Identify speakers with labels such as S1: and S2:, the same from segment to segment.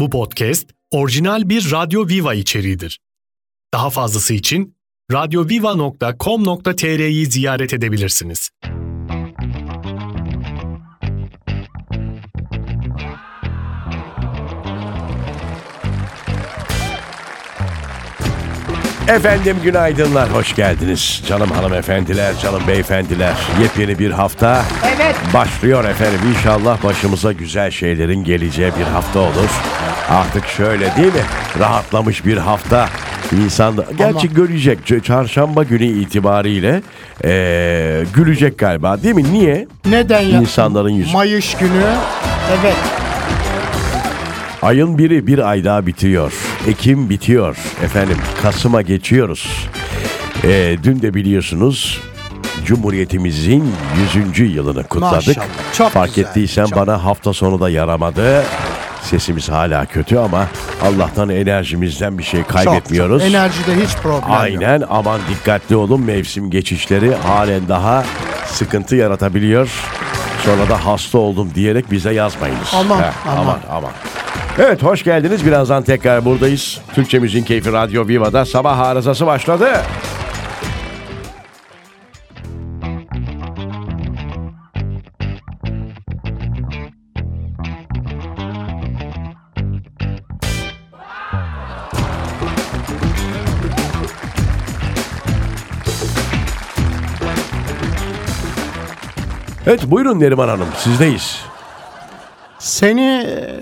S1: Bu podcast orijinal bir Radyo Viva içeriğidir. Daha fazlası için radyoviva.com.tr'yi ziyaret edebilirsiniz.
S2: Efendim günaydınlar, hoş geldiniz. Canım hanımefendiler, canım beyefendiler. Yepyeni bir hafta
S3: Evet.
S2: başlıyor efendim. İnşallah başımıza güzel şeylerin geleceği bir hafta olur. Artık şöyle değil mi? Rahatlamış bir hafta. İnsan da- gerçi görecek. Ç- Çarşamba günü itibariyle eee, gülecek galiba değil mi? Niye?
S3: Neden ya?
S2: İnsanların yüzü.
S3: Mayış günü. Evet.
S2: Ayın biri bir ay daha bitiyor. Ekim bitiyor. Efendim Kasım'a geçiyoruz. Ee, dün de biliyorsunuz Cumhuriyetimizin 100. yılını kutladık.
S3: Maşallah, çok
S2: Fark
S3: güzel,
S2: ettiysen bana hafta sonu da yaramadı. Sesimiz hala kötü ama Allah'tan enerjimizden bir şey kaybetmiyoruz.
S3: Çok, çok. Enerjide hiç problem yok.
S2: Aynen aman dikkatli olun mevsim geçişleri halen daha sıkıntı yaratabiliyor. Sonra da hasta oldum diyerek bize yazmayınız.
S3: Aman,
S2: Ha,
S3: aman.
S2: aman aman. Evet hoş geldiniz. Birazdan tekrar buradayız. Türkçe Müziğin Keyfi Radyo Viva'da sabah arızası başladı. Evet buyurun Neriman Hanım sizdeyiz.
S3: Seni e,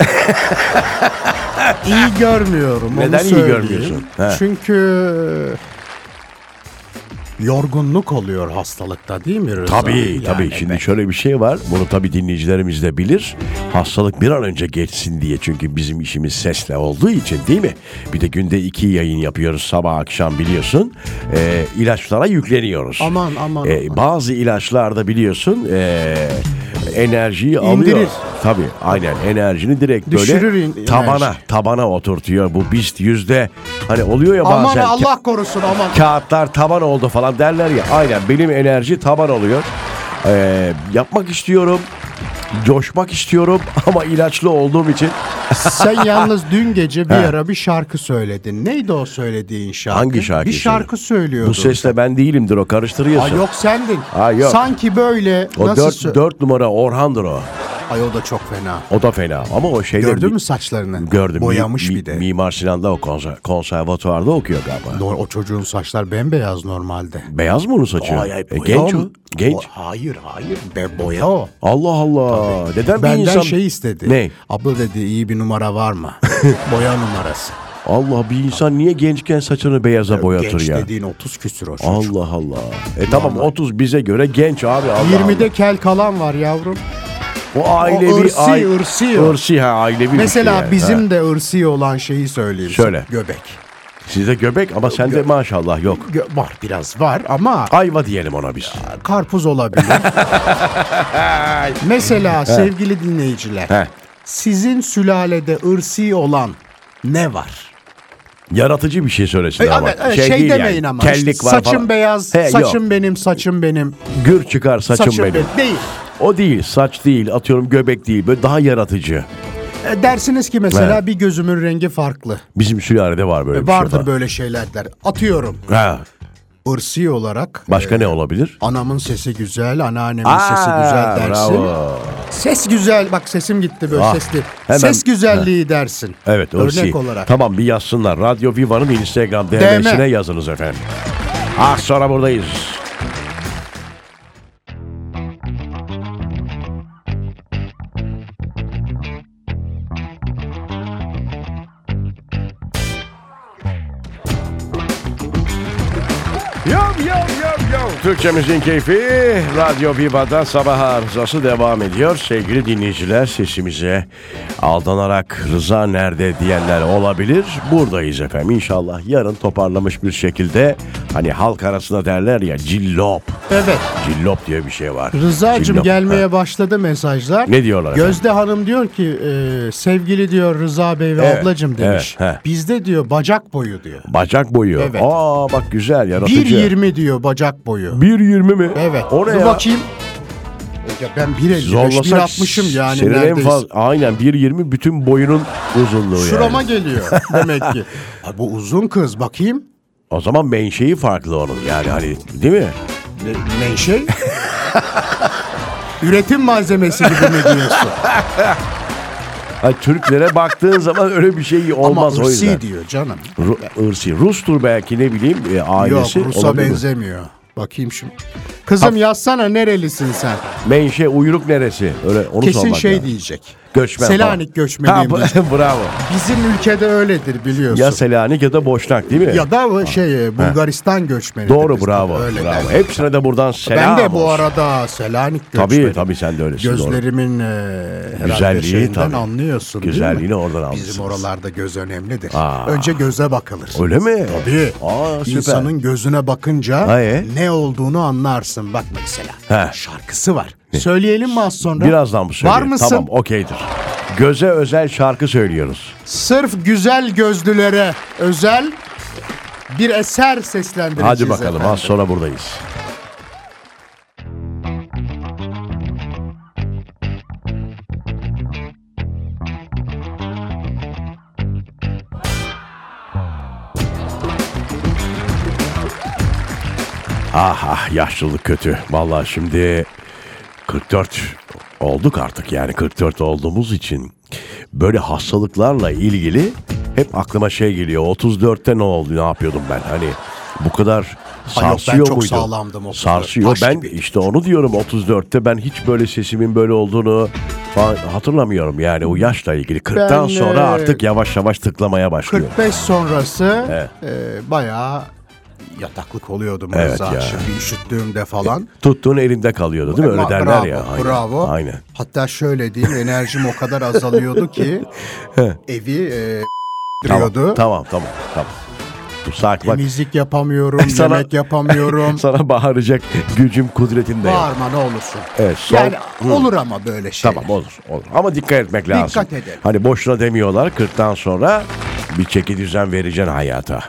S3: iyi görmüyorum. onu
S2: Neden iyi
S3: söyleyeyim.
S2: görmüyorsun? He.
S3: Çünkü yorgunluk oluyor hastalıkta değil mi Rıza?
S2: Tabii
S3: Yani
S2: tabii. Şimdi şöyle bir şey var. Bunu tabii dinleyicilerimiz de bilir. Hastalık bir an önce geçsin diye. Çünkü bizim işimiz sesle olduğu için değil mi? Bir de günde iki yayın yapıyoruz sabah akşam biliyorsun. Ee, ilaçlara yükleniyoruz.
S3: Aman, aman,
S2: Ee,
S3: aman.
S2: Bazı ilaçlarda biliyorsun ee, enerjiyi alıyor.
S3: İndirir.
S2: Tabii aynen enerjini direkt
S3: Düşürür
S2: böyle
S3: in-
S2: tabana
S3: enerji.
S2: tabana oturtuyor. Bu BIST yüzde hani oluyor ya
S3: Aman
S2: bazen.
S3: Allah korusun aman.
S2: kağıtlar taban oldu falan derler ya. Aynen benim enerji taban oluyor. Ee, yapmak istiyorum. Coşmak istiyorum ama ilaçlı olduğum için
S3: Sen yalnız dün gece bir ara bir şarkı söyledin. Neydi o söylediğin şarkı?
S2: Hangi şarkı
S3: Bir şarkı söylüyordun.
S2: bu sesle ben değilimdir o
S3: Ay
S2: karıştırıyorsun.
S3: yok sendin.
S2: Ay yok.
S3: Sanki böyle
S2: O
S3: nasıl
S2: dört,
S3: sö-
S2: dört numara Orhan'dır o.
S3: Ay o da çok fena.
S2: O da fena ama o şeyde...
S3: Gördün mü saçlarını?
S2: E, Gördüm. Mi-
S3: Boyamış
S2: mi-
S3: bir de.
S2: Mimar Sinan'da o konser, konservatuvarda okuyor galiba.
S3: Doğru, o çocuğun saçlar bembeyaz normalde.
S2: Beyaz mı onun saçı? E, genç o. Genç.
S3: O- hayır hayır be boya o.
S2: Allah Allah. Neden
S3: Benden
S2: bir insan...
S3: şey istedi.
S2: Ne?
S3: Abla dedi iyi bir numara var mı? boya numarası.
S2: Allah bir insan niye gençken saçını beyaza boyatır
S3: Genç
S2: ya?
S3: dediğin 30 küsür o çocuk.
S2: Allah Allah. E tamam 30 bize göre genç abi. Allah
S3: 20'de kel kalan var yavrum.
S2: Allah. o ailevi
S3: ırsi,
S2: ai-
S3: ırsi o.
S2: ırsi ha ailevi. bir
S3: Mesela
S2: şey yani.
S3: bizim
S2: Ha.
S3: de ırsi olan şeyi söyleyeyim.
S2: Söyle.
S3: Göbek.
S2: sizde göbek ama sende maşallah yok.
S3: Gö- var biraz var ama
S2: Ayva diyelim ona biz.
S3: karpuz olabilir. Mesela sevgili dinleyiciler,
S2: He.
S3: sizin sülalede ırsi olan ne var?
S2: Yaratıcı bir şey söylesin
S3: E,
S2: ama.
S3: ama, e,
S2: şey,
S3: şey,
S2: değil
S3: demeyin
S2: yani.
S3: ama.
S2: Kellik var
S3: saçım
S2: falan.
S3: beyaz,
S2: He, yok.
S3: saçım benim, saçım benim,
S2: Gür çıkar saçım,
S3: saçım
S2: benim.
S3: benim. Değil.
S2: O değil saç değil atıyorum göbek değil böyle daha yaratıcı.
S3: E, dersiniz ki mesela
S2: Evet.
S3: bir gözümün rengi farklı.
S2: Bizim sülalede var böyle bir şey.
S3: Vardır
S2: var.
S3: böyle şeyler der. Atıyorum.
S2: Ha,
S3: Irsi olarak
S2: başka ne olabilir?
S3: anamın sesi güzel, anneannemin sesi
S2: Aa,
S3: güzel dersin.
S2: bravo.
S3: Ses güzel. Bak sesim gitti böyle
S2: Ah,
S3: sesli.
S2: hemen-
S3: Ses güzelliği dersin.
S2: Evet
S3: Örnek
S2: ırsi.
S3: olarak.
S2: Tamam bir yazsınlar. Radyo Viva'nın Instagram DM'sine yazınız efendim. Az sonra buradayız. Yo, yo, yo, yo. Türkçemizin keyfi Radyo Viva'da sabah arızası devam ediyor. Sevgili dinleyiciler sesimize aldanarak Rıza nerede diyenler olabilir. Buradayız efendim inşallah yarın toparlamış bir şekilde hani halk arasında derler ya cillop.
S3: Evet.
S2: Cillop diye bir şey var.
S3: Rıza'cığım
S2: Cillop.
S3: gelmeye
S2: Ha.
S3: başladı mesajlar.
S2: Ne diyorlar efendim?
S3: Gözde Hanım diyor ki e, sevgili diyor Rıza Bey ve
S2: Evet,
S3: ablacım demiş.
S2: evet, he.
S3: Bizde diyor bacak boyu diyor.
S2: Bacak boyu.
S3: Evet.
S2: Aa bak güzel yaratıcı.
S3: 1.20 diyor bacak boyu.
S2: 1.20 mi?
S3: Evet.
S2: O ne
S3: Dur
S2: ya?
S3: bakayım. Ya ben 1.55,
S2: Zorlasak
S3: 1.60'ım yani
S2: senin en
S3: neredeyse.
S2: fazla aynen 1.20 bütün boyunun uzunluğu
S3: Şurama
S2: yani.
S3: geliyor demek ki. Ha, bu uzun kız bakayım.
S2: O zaman menşei farklı onun yani hani değil mi?
S3: Ne- Ne şey? Üretim malzemesi gibi mi diyorsun?
S2: Hani Türklere baktığın zaman öyle bir şey
S3: Ama
S2: olmaz o yüzden.
S3: ırsi diyor canım.
S2: Ru- ırsi. Rus'tur belki ne bileyim e, ailesi.
S3: Yok Rus'a
S2: olabilir mi?
S3: benzemiyor. Bakayım şimdi. Kızım yazsana nerelisin sen?
S2: Menşe uyruk neresi? Öyle onu
S3: Kesin
S2: sormak
S3: şey
S2: lazım.
S3: diyecek.
S2: Göçmen
S3: Selanik
S2: falan.
S3: göçmeniyim
S2: Ha,
S3: diyecek.
S2: bravo.
S3: Bizim ülkede öyledir biliyorsun.
S2: Ya Selanik ya da Boşnak değil mi?
S3: Ya da şey e, Bulgaristan göçmeni.
S2: Doğru bravo. bravo.
S3: derler.
S2: Hepsine de buradan selam
S3: ben de bu
S2: olsun.
S3: arada Selanik
S2: Tabii,
S3: göçmeni.
S2: tabii sen de öylesin,
S3: Gözlerimin e, herhalde
S2: Güzelliği
S3: şeyinden
S2: tabii.
S3: anlıyorsun değil
S2: Güzelliğini
S3: mi?
S2: oradan
S3: Bizim
S2: almışsınız.
S3: oralarda göz önemlidir. Önce göze bakılır.
S2: Öyle mi?
S3: Tabii.
S2: Aa, süper.
S3: İnsanın gözüne bakınca
S2: Ha, e?
S3: ne olduğunu anlarsın. Bak mesela
S2: He.
S3: şarkısı var. Söyleyelim mi az sonra?
S2: Birazdan bu söyleyeyim.
S3: Var mısın?
S2: Tamam okeydir. Göze özel şarkı söylüyoruz.
S3: Sırf güzel gözlülere özel bir eser seslendireceğiz.
S2: Hadi bakalım
S3: efendim.
S2: az sonra buradayız. Ah ah yaşlılık kötü. Vallahi şimdi 44 olduk artık yani 44 olduğumuz için böyle hastalıklarla ilgili hep aklıma şey geliyor. 34'te ne oldu ne yapıyordum ben hani bu kadar
S3: Ay yok, ben
S2: sarsıyor
S3: çok
S2: muydu?
S3: sağlamdım 34.
S2: Sarsıyor.
S3: Taş
S2: Ben
S3: gibiydim.
S2: işte onu diyorum 34'te ben hiç böyle sesimin böyle olduğunu falan hatırlamıyorum yani o yaşla ilgili 40'tan
S3: Ben,
S2: sonra
S3: e,
S2: artık yavaş yavaş tıklamaya başlıyor.
S3: 45 sonrası e, bayağı yataklık oluyordum
S2: Evet
S3: Rıza.
S2: ya.
S3: Şimdi üşüttüğümde falan.
S2: Tuttuğun elinde kalıyordu değil mi? Öyle
S3: Ama
S2: derler
S3: bravo,
S2: ya. Aynen.
S3: Bravo.
S2: Aynen.
S3: Hatta şöyle diyeyim enerjim o kadar azalıyordu ki evi e,
S2: Tamam,
S3: duruyordu.
S2: tamam tamam tamam. Dur sakin bak.
S3: Temizlik yapamıyorum,
S2: Sana-
S3: yemek yapamıyorum.
S2: Sana bağıracak gücüm kudretim de yok.
S3: Bağırma ne olursun.
S2: Evet, son-
S3: Yani
S2: Hı.
S3: olur ama böyle şey. şeyler.
S2: Tamam olur, olur. Ama dikkat etmek lazım.
S3: Dikkat edelim.
S2: Hani boşuna demiyorlar 40'tan sonra bir çeki düzen vereceksin hayata.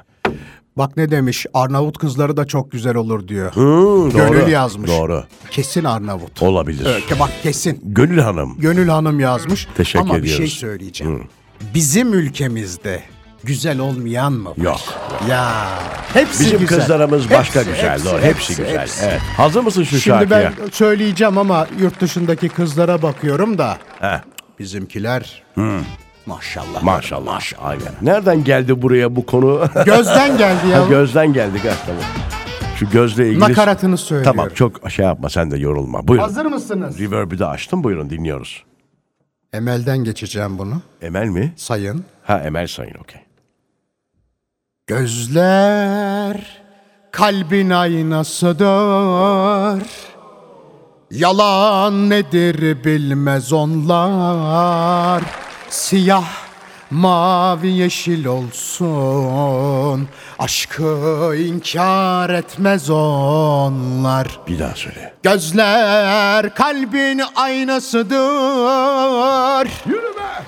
S3: Bak ne demiş Arnavut kızları da çok güzel olur diyor.
S2: Hı,
S3: Gönül
S2: doğru,
S3: yazmış.
S2: Doğru.
S3: Kesin Arnavut.
S2: Olabilir.
S3: Evet, bak kesin.
S2: Gönül Hanım.
S3: Gönül Hanım yazmış.
S2: Teşekkür
S3: Ama bir
S2: ediyoruz.
S3: şey söyleyeceğim. Bizim ülkemizde güzel olmayan mı var?
S2: Yok.
S3: Ya hepsi
S2: Bizim
S3: güzel.
S2: kızlarımız başka
S3: Hepsi,
S2: güzel.
S3: hepsi,
S2: doğru. Hepsi,
S3: hepsi,
S2: güzel.
S3: hepsi.
S2: Evet. Hazır mısın şu
S3: Şimdi
S2: şarkıya?
S3: ben söyleyeceğim ama yurt dışındaki kızlara bakıyorum da
S2: Heh,
S3: bizimkiler maşallah.
S2: maşallah. Aynen. Nereden geldi buraya bu konu?
S3: Gözden geldi ya.
S2: Ha, gözden geldik ha tamam. Şu gözle ilgili...
S3: Nakaratını söylüyorum.
S2: Tamam çok şey yapma sen de yorulma. Buyurun.
S3: Hazır mısınız?
S2: Reverb'i de açtım buyurun dinliyoruz.
S3: Emel'den geçeceğim bunu.
S2: Emel mi?
S3: Sayın.
S2: Ha Emel Sayın okey.
S3: Gözler kalbin aynasıdır. Yalan nedir bilmez onlar. Siyah, mavi, yeşil olsun. Aşkı inkar etmez onlar.
S2: Bir daha söyle.
S3: Gözler kalbin aynasıdır.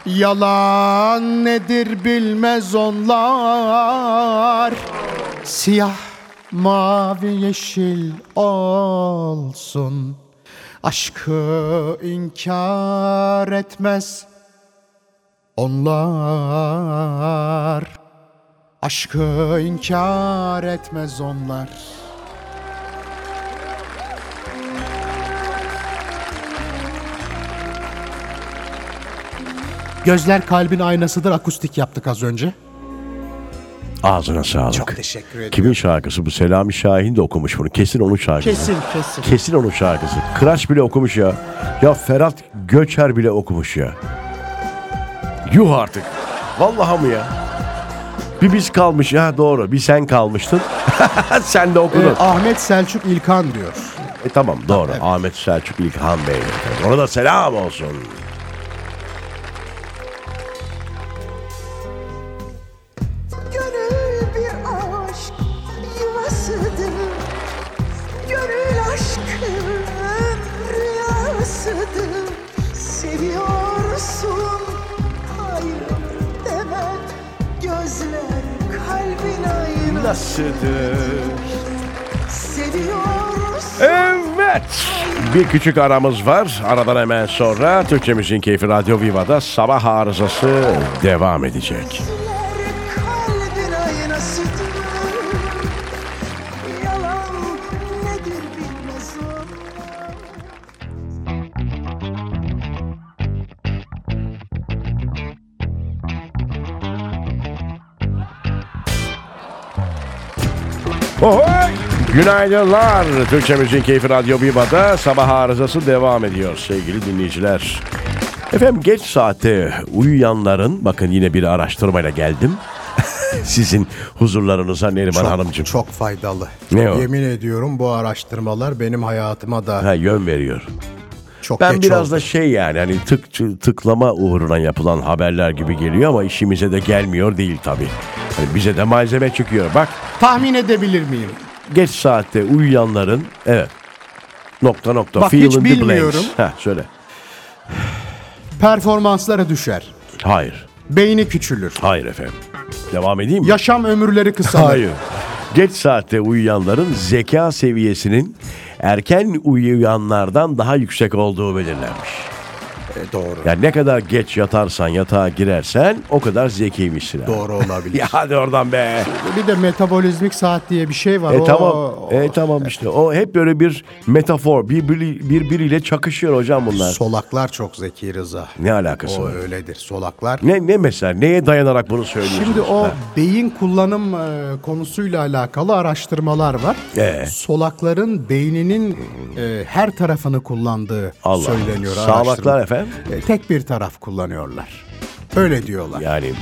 S3: Yalan nedir bilmez onlar. Siyah, mavi, yeşil olsun. Aşkı inkar etmez onlar. Aşkı inkar etmez onlar. Gözler kalbin aynasıdır akustik yaptık az önce.
S2: Ağzına sağlık.
S3: Çok teşekkür ederim.
S2: Kimin şarkısı bu? Selami Şahin de okumuş bunu. Kesin onun şarkısı.
S3: Kesin kesin.
S2: Kesin onun şarkısı. Kıraç bile okumuş ya. Ya Ferhat Göçer bile okumuş ya. Yuh artık. Vallahi mı ya? Bir biz kalmış ya doğru. Bir sen kalmıştın. sen de okudun.
S3: Ee, Ahmet Selçuk İlkan diyor.
S2: E tamam doğru. Ahmet Selçuk İlhan Bey. Ona da selam olsun.
S4: Gönül bir aşk yuvasıdır Gönül aşkın rüyasıdır Seviyorsun hayır demek Gözler kalbin aynasıdır Seviyorsun
S2: Evet. Evet. Bir küçük aramız var. Aradan hemen sonra Türkçe Müziğin Keyfi Radyo Viva'da sabah arızası devam edecek.
S4: Gözler kalbin aynasıdır Yalan nedir bilmez o
S2: Ohoy! Günaydınlar. Türkçe Müziğin Keyfi Radyo Viva'da sabah arızası devam ediyor sevgili dinleyiciler. Efendim geç saate uyuyanların, bakın yine bir araştırmayla geldim. Sizin huzurlarınıza Neriman Hanımcığım.
S3: Çok faydalı.
S2: Ne o?
S3: Yemin ediyorum bu araştırmalar benim hayatıma da
S2: Ha, yön veriyor.
S3: çok
S2: Ben
S3: geç
S2: biraz
S3: oldu.
S2: da şey yani hani tık tık- tıklama uğruna yapılan haberler gibi geliyor ama işimize de gelmiyor değil tabii. Hani bize de malzeme çıkıyor. Bak
S3: Tahmin edebilir miyim?
S2: geç saatte uyuyanların evet nokta nokta
S3: Bak,
S2: fill
S3: hiç
S2: in the blanks.
S3: bilmiyorum.
S2: Ha söyle.
S3: Performansları düşer.
S2: Hayır.
S3: Beyni küçülür.
S2: Hayır efendim. Devam edeyim mi?
S3: Yaşam ömürleri kısalır.
S2: Hayır. Geç saatte uyuyanların zeka seviyesinin erken uyuyanlardan daha yüksek olduğu belirlenmiş.
S3: E, doğru.
S2: Yani ne kadar geç yatarsan yatağa girersen o kadar zekiymişsin. abi.
S3: Doğru olabilir.
S2: Ya hadi oradan be.
S3: Bir de metabolizmik saat diye bir şey var.
S2: E
S3: O-
S2: tamam.
S3: o-
S2: E tamam işte. O hep böyle bir metafor. Birbiri, birbiriyle çakışıyor hocam bunlar.
S3: Solaklar çok zeki Rıza.
S2: ne alakası
S3: O
S2: var?
S3: öyledir solaklar.
S2: Ne ne mesela? Neye dayanarak bunu söylüyorsunuz?
S3: Şimdi o
S2: Ha.
S3: beyin kullanım e, konusuyla alakalı araştırmalar var.
S2: Ee?
S3: Solakların beyninin e, her tarafını kullandığı
S2: Allah.
S3: söyleniyor.
S2: Sağlaklar
S3: araştırma.
S2: efendim?
S3: E, tek bir taraf kullanıyorlar. Öyle diyorlar.
S2: yani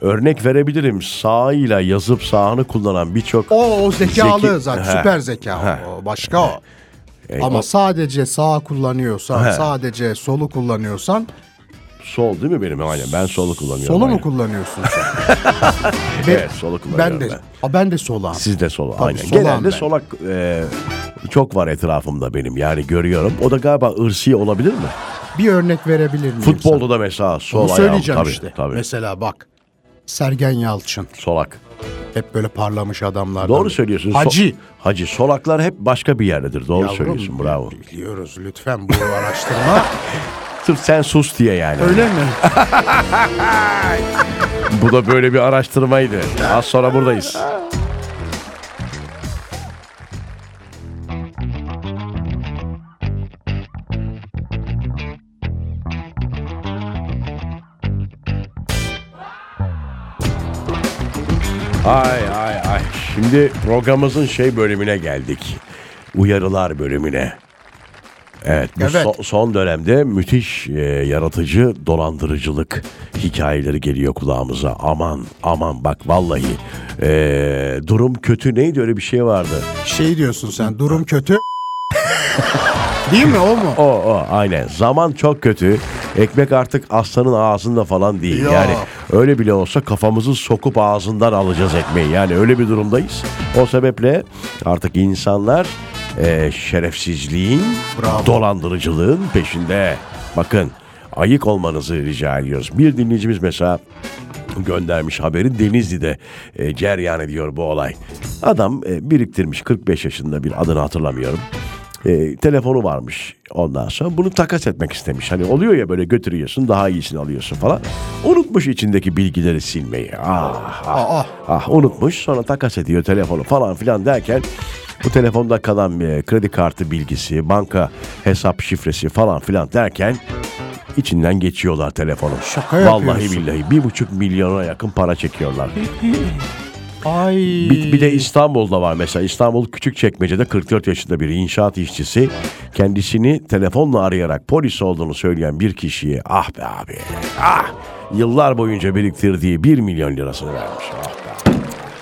S2: örnek verebilirim. Sağıyla yazıp sağını kullanan birçok
S3: O, o zekalı
S2: Zeki-
S3: zaten
S2: Ha.
S3: süper zeka o, başka o.
S2: E,
S3: Ama
S2: o
S3: sadece sağ kullanıyorsan,
S2: He.
S3: sadece solu kullanıyorsan,
S2: sol değil mi benim? Aynen ben solu kullanıyorum.
S3: solu
S2: aynen.
S3: mu kullanıyorsun sen? Ben-
S2: Evet solu kullanıyorum
S3: ben
S2: ben.
S3: de, ben. ben de solağım.
S2: Siz de solu.
S3: Tabii,
S2: aynen.
S3: solağım
S2: Genelde
S3: ben.
S2: solak e, çok var etrafımda benim. Yani görüyorum. O da galiba ırsi olabilir mi?
S3: Bir örnek verebilir miyim? sana?
S2: Futbolda da mesela sol
S3: Bunu
S2: ayağım.
S3: söyleyeceğim
S2: tabii,
S3: işte.
S2: Tabii.
S3: Mesela bak Sergen Yalçın
S2: Solak.
S3: hep böyle parlamış adamlardan.
S2: Doğru söylüyorsun. So-
S3: Hacı.
S2: Hacı. Solaklar hep başka bir yerdedir. Doğru
S3: Yavrum,
S2: söylüyorsun. Bravo.
S3: Biliyoruz lütfen bu araştırma.
S2: Sırf sen sus diye yani.
S3: Öyle mi?
S2: Bu da böyle bir araştırmaydı. Az sonra buradayız. Ay ay ay. Şimdi programımızın şey bölümüne geldik. Uyarılar bölümüne. Evet, bu
S3: Evet.
S2: so- son dönemde müthiş e, yaratıcı dolandırıcılık hikayeleri geliyor kulağımıza. Aman aman bak vallahi e, durum kötü neydi öyle bir şey vardı.
S3: Şey diyorsun sen durum kötü. Değil mi o mu?
S2: O o aynen zaman çok kötü. Ekmek artık aslanın ağzında falan değil.
S3: Ya.
S2: Yani öyle bile olsa kafamızı sokup ağzından alacağız ekmeği. Yani öyle bir durumdayız. O sebeple artık insanlar e, şerefsizliğin,
S3: Bravo.
S2: dolandırıcılığın peşinde. Bakın ayık olmanızı rica ediyoruz. Bir dinleyicimiz mesela göndermiş haberi Denizli'de e, ceryan ediyor bu olay. Adam e, biriktirmiş 45 yaşında bir adını hatırlamıyorum. E, telefonu varmış ondan sonra bunu takas etmek istemiş. Hani oluyor ya böyle götürüyorsun daha iyisini alıyorsun falan. Unutmuş içindeki bilgileri silmeyi. Ah, ah,
S3: Aa,
S2: ah unutmuş sonra takas ediyor telefonu falan filan derken bu telefonda kalan e, kredi kartı bilgisi, banka hesap şifresi falan filan derken içinden geçiyorlar telefonu.
S3: Şaka
S2: Vallahi
S3: yapıyorsun.
S2: billahi bir buçuk milyona yakın para çekiyorlar.
S3: ay.
S2: Bir, bir de İstanbul'da var mesela. İstanbul Küçükçekmece'de 44 yaşında bir inşaat işçisi kendisini telefonla arayarak polis olduğunu söyleyen bir kişiye ah be abi ah yıllar boyunca biriktirdiği 1 milyon lirasını vermiş. Ah be.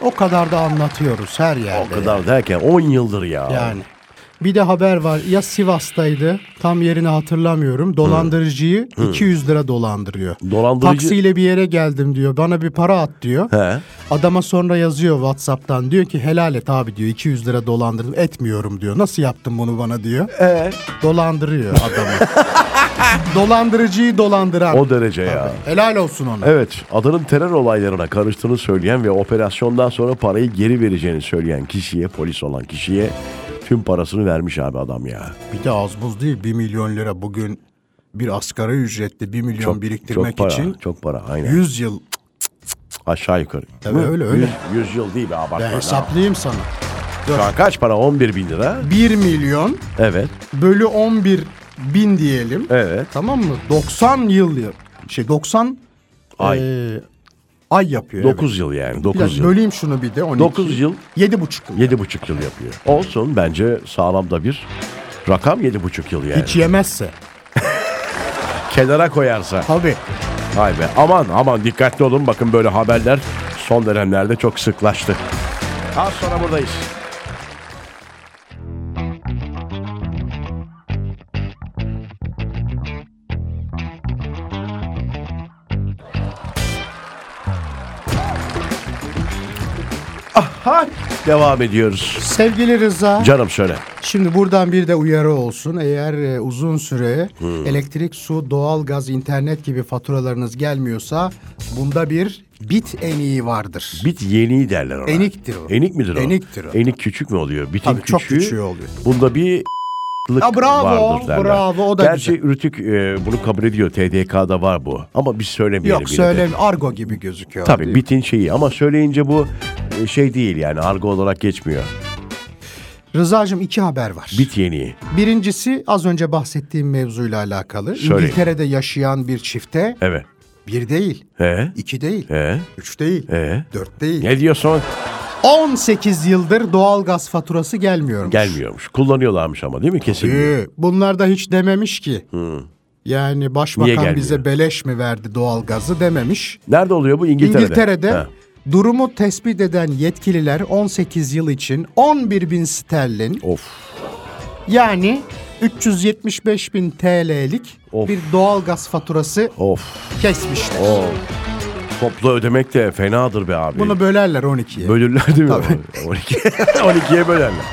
S3: o kadar da anlatıyoruz her
S2: O
S3: yerde.
S2: kadar derken 10 yıldır ya.
S3: Yani. Bir de haber var ya Sivas'taydı tam yerini hatırlamıyorum dolandırıcıyı 200 lira dolandırıyor.
S2: Dolandırıcı-
S3: Taksiyle bir yere geldim diyor bana bir para at diyor.
S2: He.
S3: Adama sonra yazıyor Whatsapp'tan diyor ki helal et abi diyor 200 lira dolandırdım etmiyorum diyor. Nasıl yaptın bunu bana diyor. Dolandırıyor adamı. Dolandırıcıyı dolandıran.
S2: O derece ya.
S3: Helal olsun ona.
S2: Evet, adanın terör olaylarına karıştığını söyleyen ve operasyondan sonra parayı geri vereceğini söyleyen kişiye, polis olan kişiye Tüm parasını vermiş abi adam ya.
S3: Bir de az buz değil 1 milyon lira bugün bir asgari ücretle 1 milyon biriktirmek
S2: çok para,
S3: için
S2: Çok para aynen.
S3: 100 yıl
S2: Aşağı yukarı.
S3: Tabii, öyle,
S2: Yüz-
S3: öyle.
S2: Yüz, yıl değil be abartma.
S3: ben hesaplayayım sana.
S2: Şu an kaç para? 11 bin lira.
S3: 1 milyon
S2: Evet.
S3: bölü 11 bin diyelim.
S2: Evet.
S3: Tamam mı? 90 yıl ya- şey 90
S2: Ay.
S3: eee, ay yapıyor. evet.
S2: 9 yıl yani. 9
S3: Biraz
S2: yıl.
S3: böleyim şunu bir de 12.
S2: Dokuz yıl.
S3: 7,5 yıl.
S2: 7,5 yıl yapıyor. Olsun bence sağlam da bir rakam 7,5 yıl yani.
S3: Hiç yemezse.
S2: Kenara koyarsa.
S3: Tabii.
S2: Vay be. Aman aman dikkatli olun. Bakın böyle haberler son dönemlerde çok sıklaştı. Az sonra buradayız. Aha, devam ediyoruz.
S3: Sevgili Rıza.
S2: Canım şöyle.
S3: Şimdi buradan bir de uyarı olsun. Eğer e, uzun süre
S2: Hmm.
S3: elektrik, su, doğalgaz, internet gibi faturalarınız gelmiyorsa bunda bir bit eniği vardır.
S2: Bit yeniği derler ona.
S3: Eniktir o.
S2: Enik midir o?
S3: Eniktir o.
S2: Enik küçük mü oluyor? Bitin
S3: Tabii, çok
S2: küçüğü
S3: küçüğü oluyor.
S2: Bunda bir
S3: Ya bravo,
S2: vardır derler.
S3: bravo, o da
S2: Gerçi
S3: güzel.
S2: Rütük e, bunu kabul ediyor. TDK'da var bu. Ama biz söylemeyelim.
S3: Yok
S2: yine de.
S3: söyle argo gibi gözüküyor.
S2: Tabii
S3: Değil mi?
S2: bitin şeyi ama söyleyince bu e, şey değil yani argo olarak geçmiyor.
S3: Rıza'cığım iki haber var.
S2: Bit yeniği.
S3: Birincisi az önce bahsettiğim mevzuyla alakalı.
S2: Söyleyin.
S3: İngiltere'de yaşayan bir çifte
S2: Evet.
S3: bir değil,
S2: He?
S3: iki değil,
S2: He?
S3: üç değil,
S2: He?
S3: dört değil.
S2: Ne diyorsun?
S3: 18 yıldır doğalgaz faturası gelmiyor.
S2: Gelmiyormuş. Kullanıyorlarmış ama değil mi? Kesin.
S3: Ee, bunlar da hiç dememiş ki. Yani
S2: Niye
S3: başbakan
S2: gelmiyor?
S3: bize beleş mi verdi doğalgazı dememiş.
S2: Nerede oluyor bu? İngiltere'de.
S3: İngiltere'de
S2: Ha.
S3: durumu tespit eden yetkililer 18 yıl için 11 bin sterlin
S2: Of.
S3: yani 375 bin TL'lik
S2: Of.
S3: bir doğalgaz faturası
S2: Of.
S3: kesmişler.
S2: Toplu ödemek de fenadır be abi.
S3: Bunu bölerler 12'ye.
S2: Bölürler değil mi?
S3: Tabii.
S2: 12, 12'ye bölerler.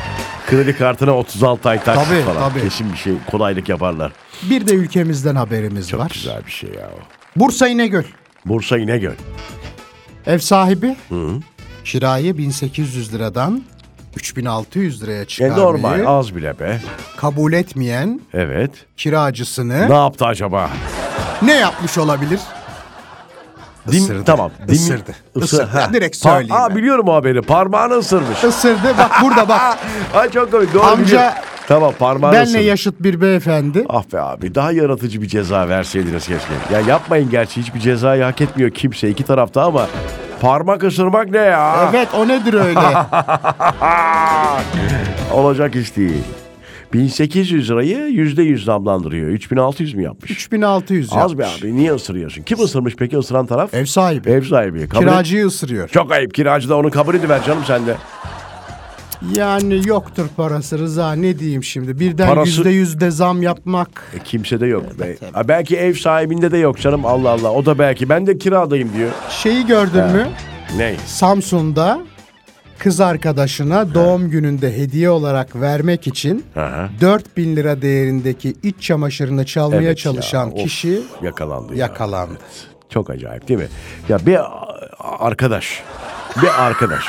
S2: Kredi kartına 36 ay taksit
S3: Tabii,
S2: falan.
S3: tabii.
S2: Kesin bir şey kolaylık yaparlar.
S3: bir de ülkemizden haberimiz
S2: Çok
S3: var.
S2: güzel bir şey ya. o.
S3: Bursa İnegöl.
S2: Bursa İnegöl. E,
S3: Ev sahibi kirayı 1800 liradan 3600 liraya
S2: E
S3: çıkarmayı
S2: normal az bile be.
S3: kabul etmeyen
S2: Evet.
S3: kiracısını
S2: Ne
S3: ne,
S2: yaptı acaba?
S3: yapmış olabilir?
S2: Dim,
S3: Isırdı.
S2: Tamam. Dim,
S3: Isırdı.
S2: Isı-
S3: Isırdı.
S2: ha.
S3: Direkt
S2: Pa-
S3: söyleyeyim
S2: Aa,
S3: ben.
S2: biliyorum o haberi. Parmağını ısırmış.
S3: Isırdı bak burada bak
S2: Ay çok komik. Doğru
S3: Amca-
S2: biliyorum. Tamam parmağını
S3: benle
S2: ısırmış.
S3: yaşıt bir beyefendi.
S2: Ah be abi daha yaratıcı bir ceza verseydiniz keşke. Ya yapmayın gerçi hiçbir cezayı hak etmiyor kimse iki tarafta ama parmak ısırmak ne ya?
S3: Evet o nedir öyle?
S2: Olacak iş değil. 1800 lirayı %100 zamlandırıyor. 3600 mü yapmış?
S3: 3600
S2: Az be
S3: yapmış.
S2: abi niye ısırıyorsun? Kim ısırmış peki ısıran taraf?
S3: Ev sahibi.
S2: Ev sahibi. Kabul et-
S3: Kiracıyı ısırıyor.
S2: Çok ayıp kiracı da onu kabul ediver canım sende.
S3: Yani yoktur parası Rıza ne diyeyim şimdi. Birden
S2: Parası-
S3: yüzde yüzde zam yapmak.
S2: E, kimse de yok. Be. Ha, Belki ev sahibinde de yok canım Allah Allah. O da belki ben de kiradayım diyor.
S3: Şeyi gördün mü?
S2: Ney?
S3: Samsun'da kız arkadaşına doğum gününde hediye olarak vermek için
S2: Aha.
S3: 4000 lira değerindeki iç çamaşırını çalmaya
S2: Evet
S3: çalışan
S2: ya, of,
S3: kişi
S2: yakalandı. ya.
S3: yakalandı.
S2: Çok acayip değil mi? Ya bir a- arkadaş, bir arkadaş.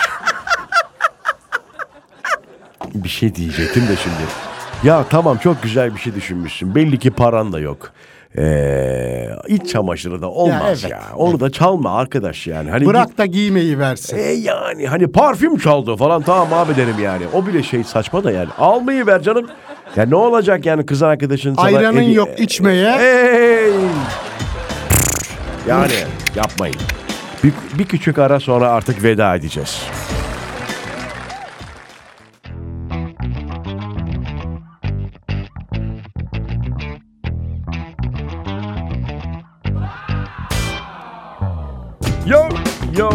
S2: bir şey diyecektim de şimdi. Ya tamam çok güzel bir şey düşünmüşsün. Belli ki paran da yok. Ee, iç çamaşırı da olmaz ya.
S3: Ya evet.
S2: Onu da çalma arkadaş yani. Hani git-
S3: Bırak da giymeyi versin.
S2: E yani hani parfüm çaldı falan tamam abi derim yani. O bile şey saçma da yani. Almayı ver canım. Ya ne olacak yani kız arkadaşın sana...
S3: Ayranın
S2: hediye-
S3: yok içmeye.
S2: Ey! Yani yapmayın. Bir, bir küçük ara sonra artık veda edeceğiz. Yo, yo,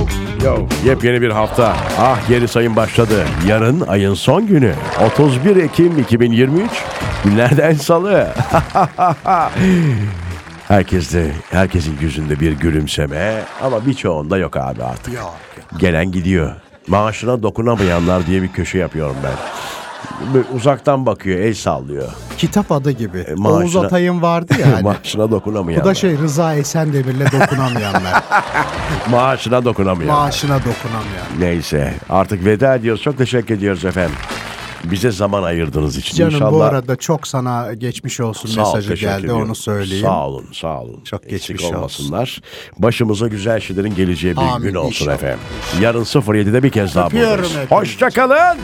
S2: yo. Yepyeni bir hafta. Ah geri sayım başladı. Yarın ayın son günü. 31 Ekim 2023. Günlerden salı. Herkeste, herkesin yüzünde bir gülümseme ama birçoğunda yok abi artık. Gelen gidiyor. Maaşına dokunamayanlar diye bir köşe yapıyorum ben. Böyle uzaktan bakıyor, el sallıyor.
S3: Kitap adı gibi.
S2: E, maaşına-
S3: Oğuz Atay'ın vardı yani.
S2: Maaşına
S3: Bu
S2: dokunamayanlar.
S3: da şey Rıza Esendemir'le dokunamayanlar.
S2: Maaşına dokunamayanlar.
S3: maaşına dokunamayan.
S2: Neyse artık veda ediyoruz. Çok teşekkür ediyoruz efendim. bize zaman ayırdığınız için.
S3: Canım
S2: İnşallah
S3: bu arada çok sana geçmiş olsun
S2: Sağ ol,
S3: mesajı
S2: teşekkür
S3: geldi
S2: ediyorum.
S3: onu söyleyeyim.
S2: Sağ olun, sağ olun.
S3: Çok
S2: Eksik
S3: geçmiş olsun.
S2: olmasınlar. Başımıza güzel şeylerin geleceği bir
S3: Amin,
S2: gün olsun
S3: inşallah.
S2: efendim. Yarın 07'de bir kez daha
S3: Öpüyorum
S2: buradayız.
S3: hepinizi.
S2: Hoşçakalın.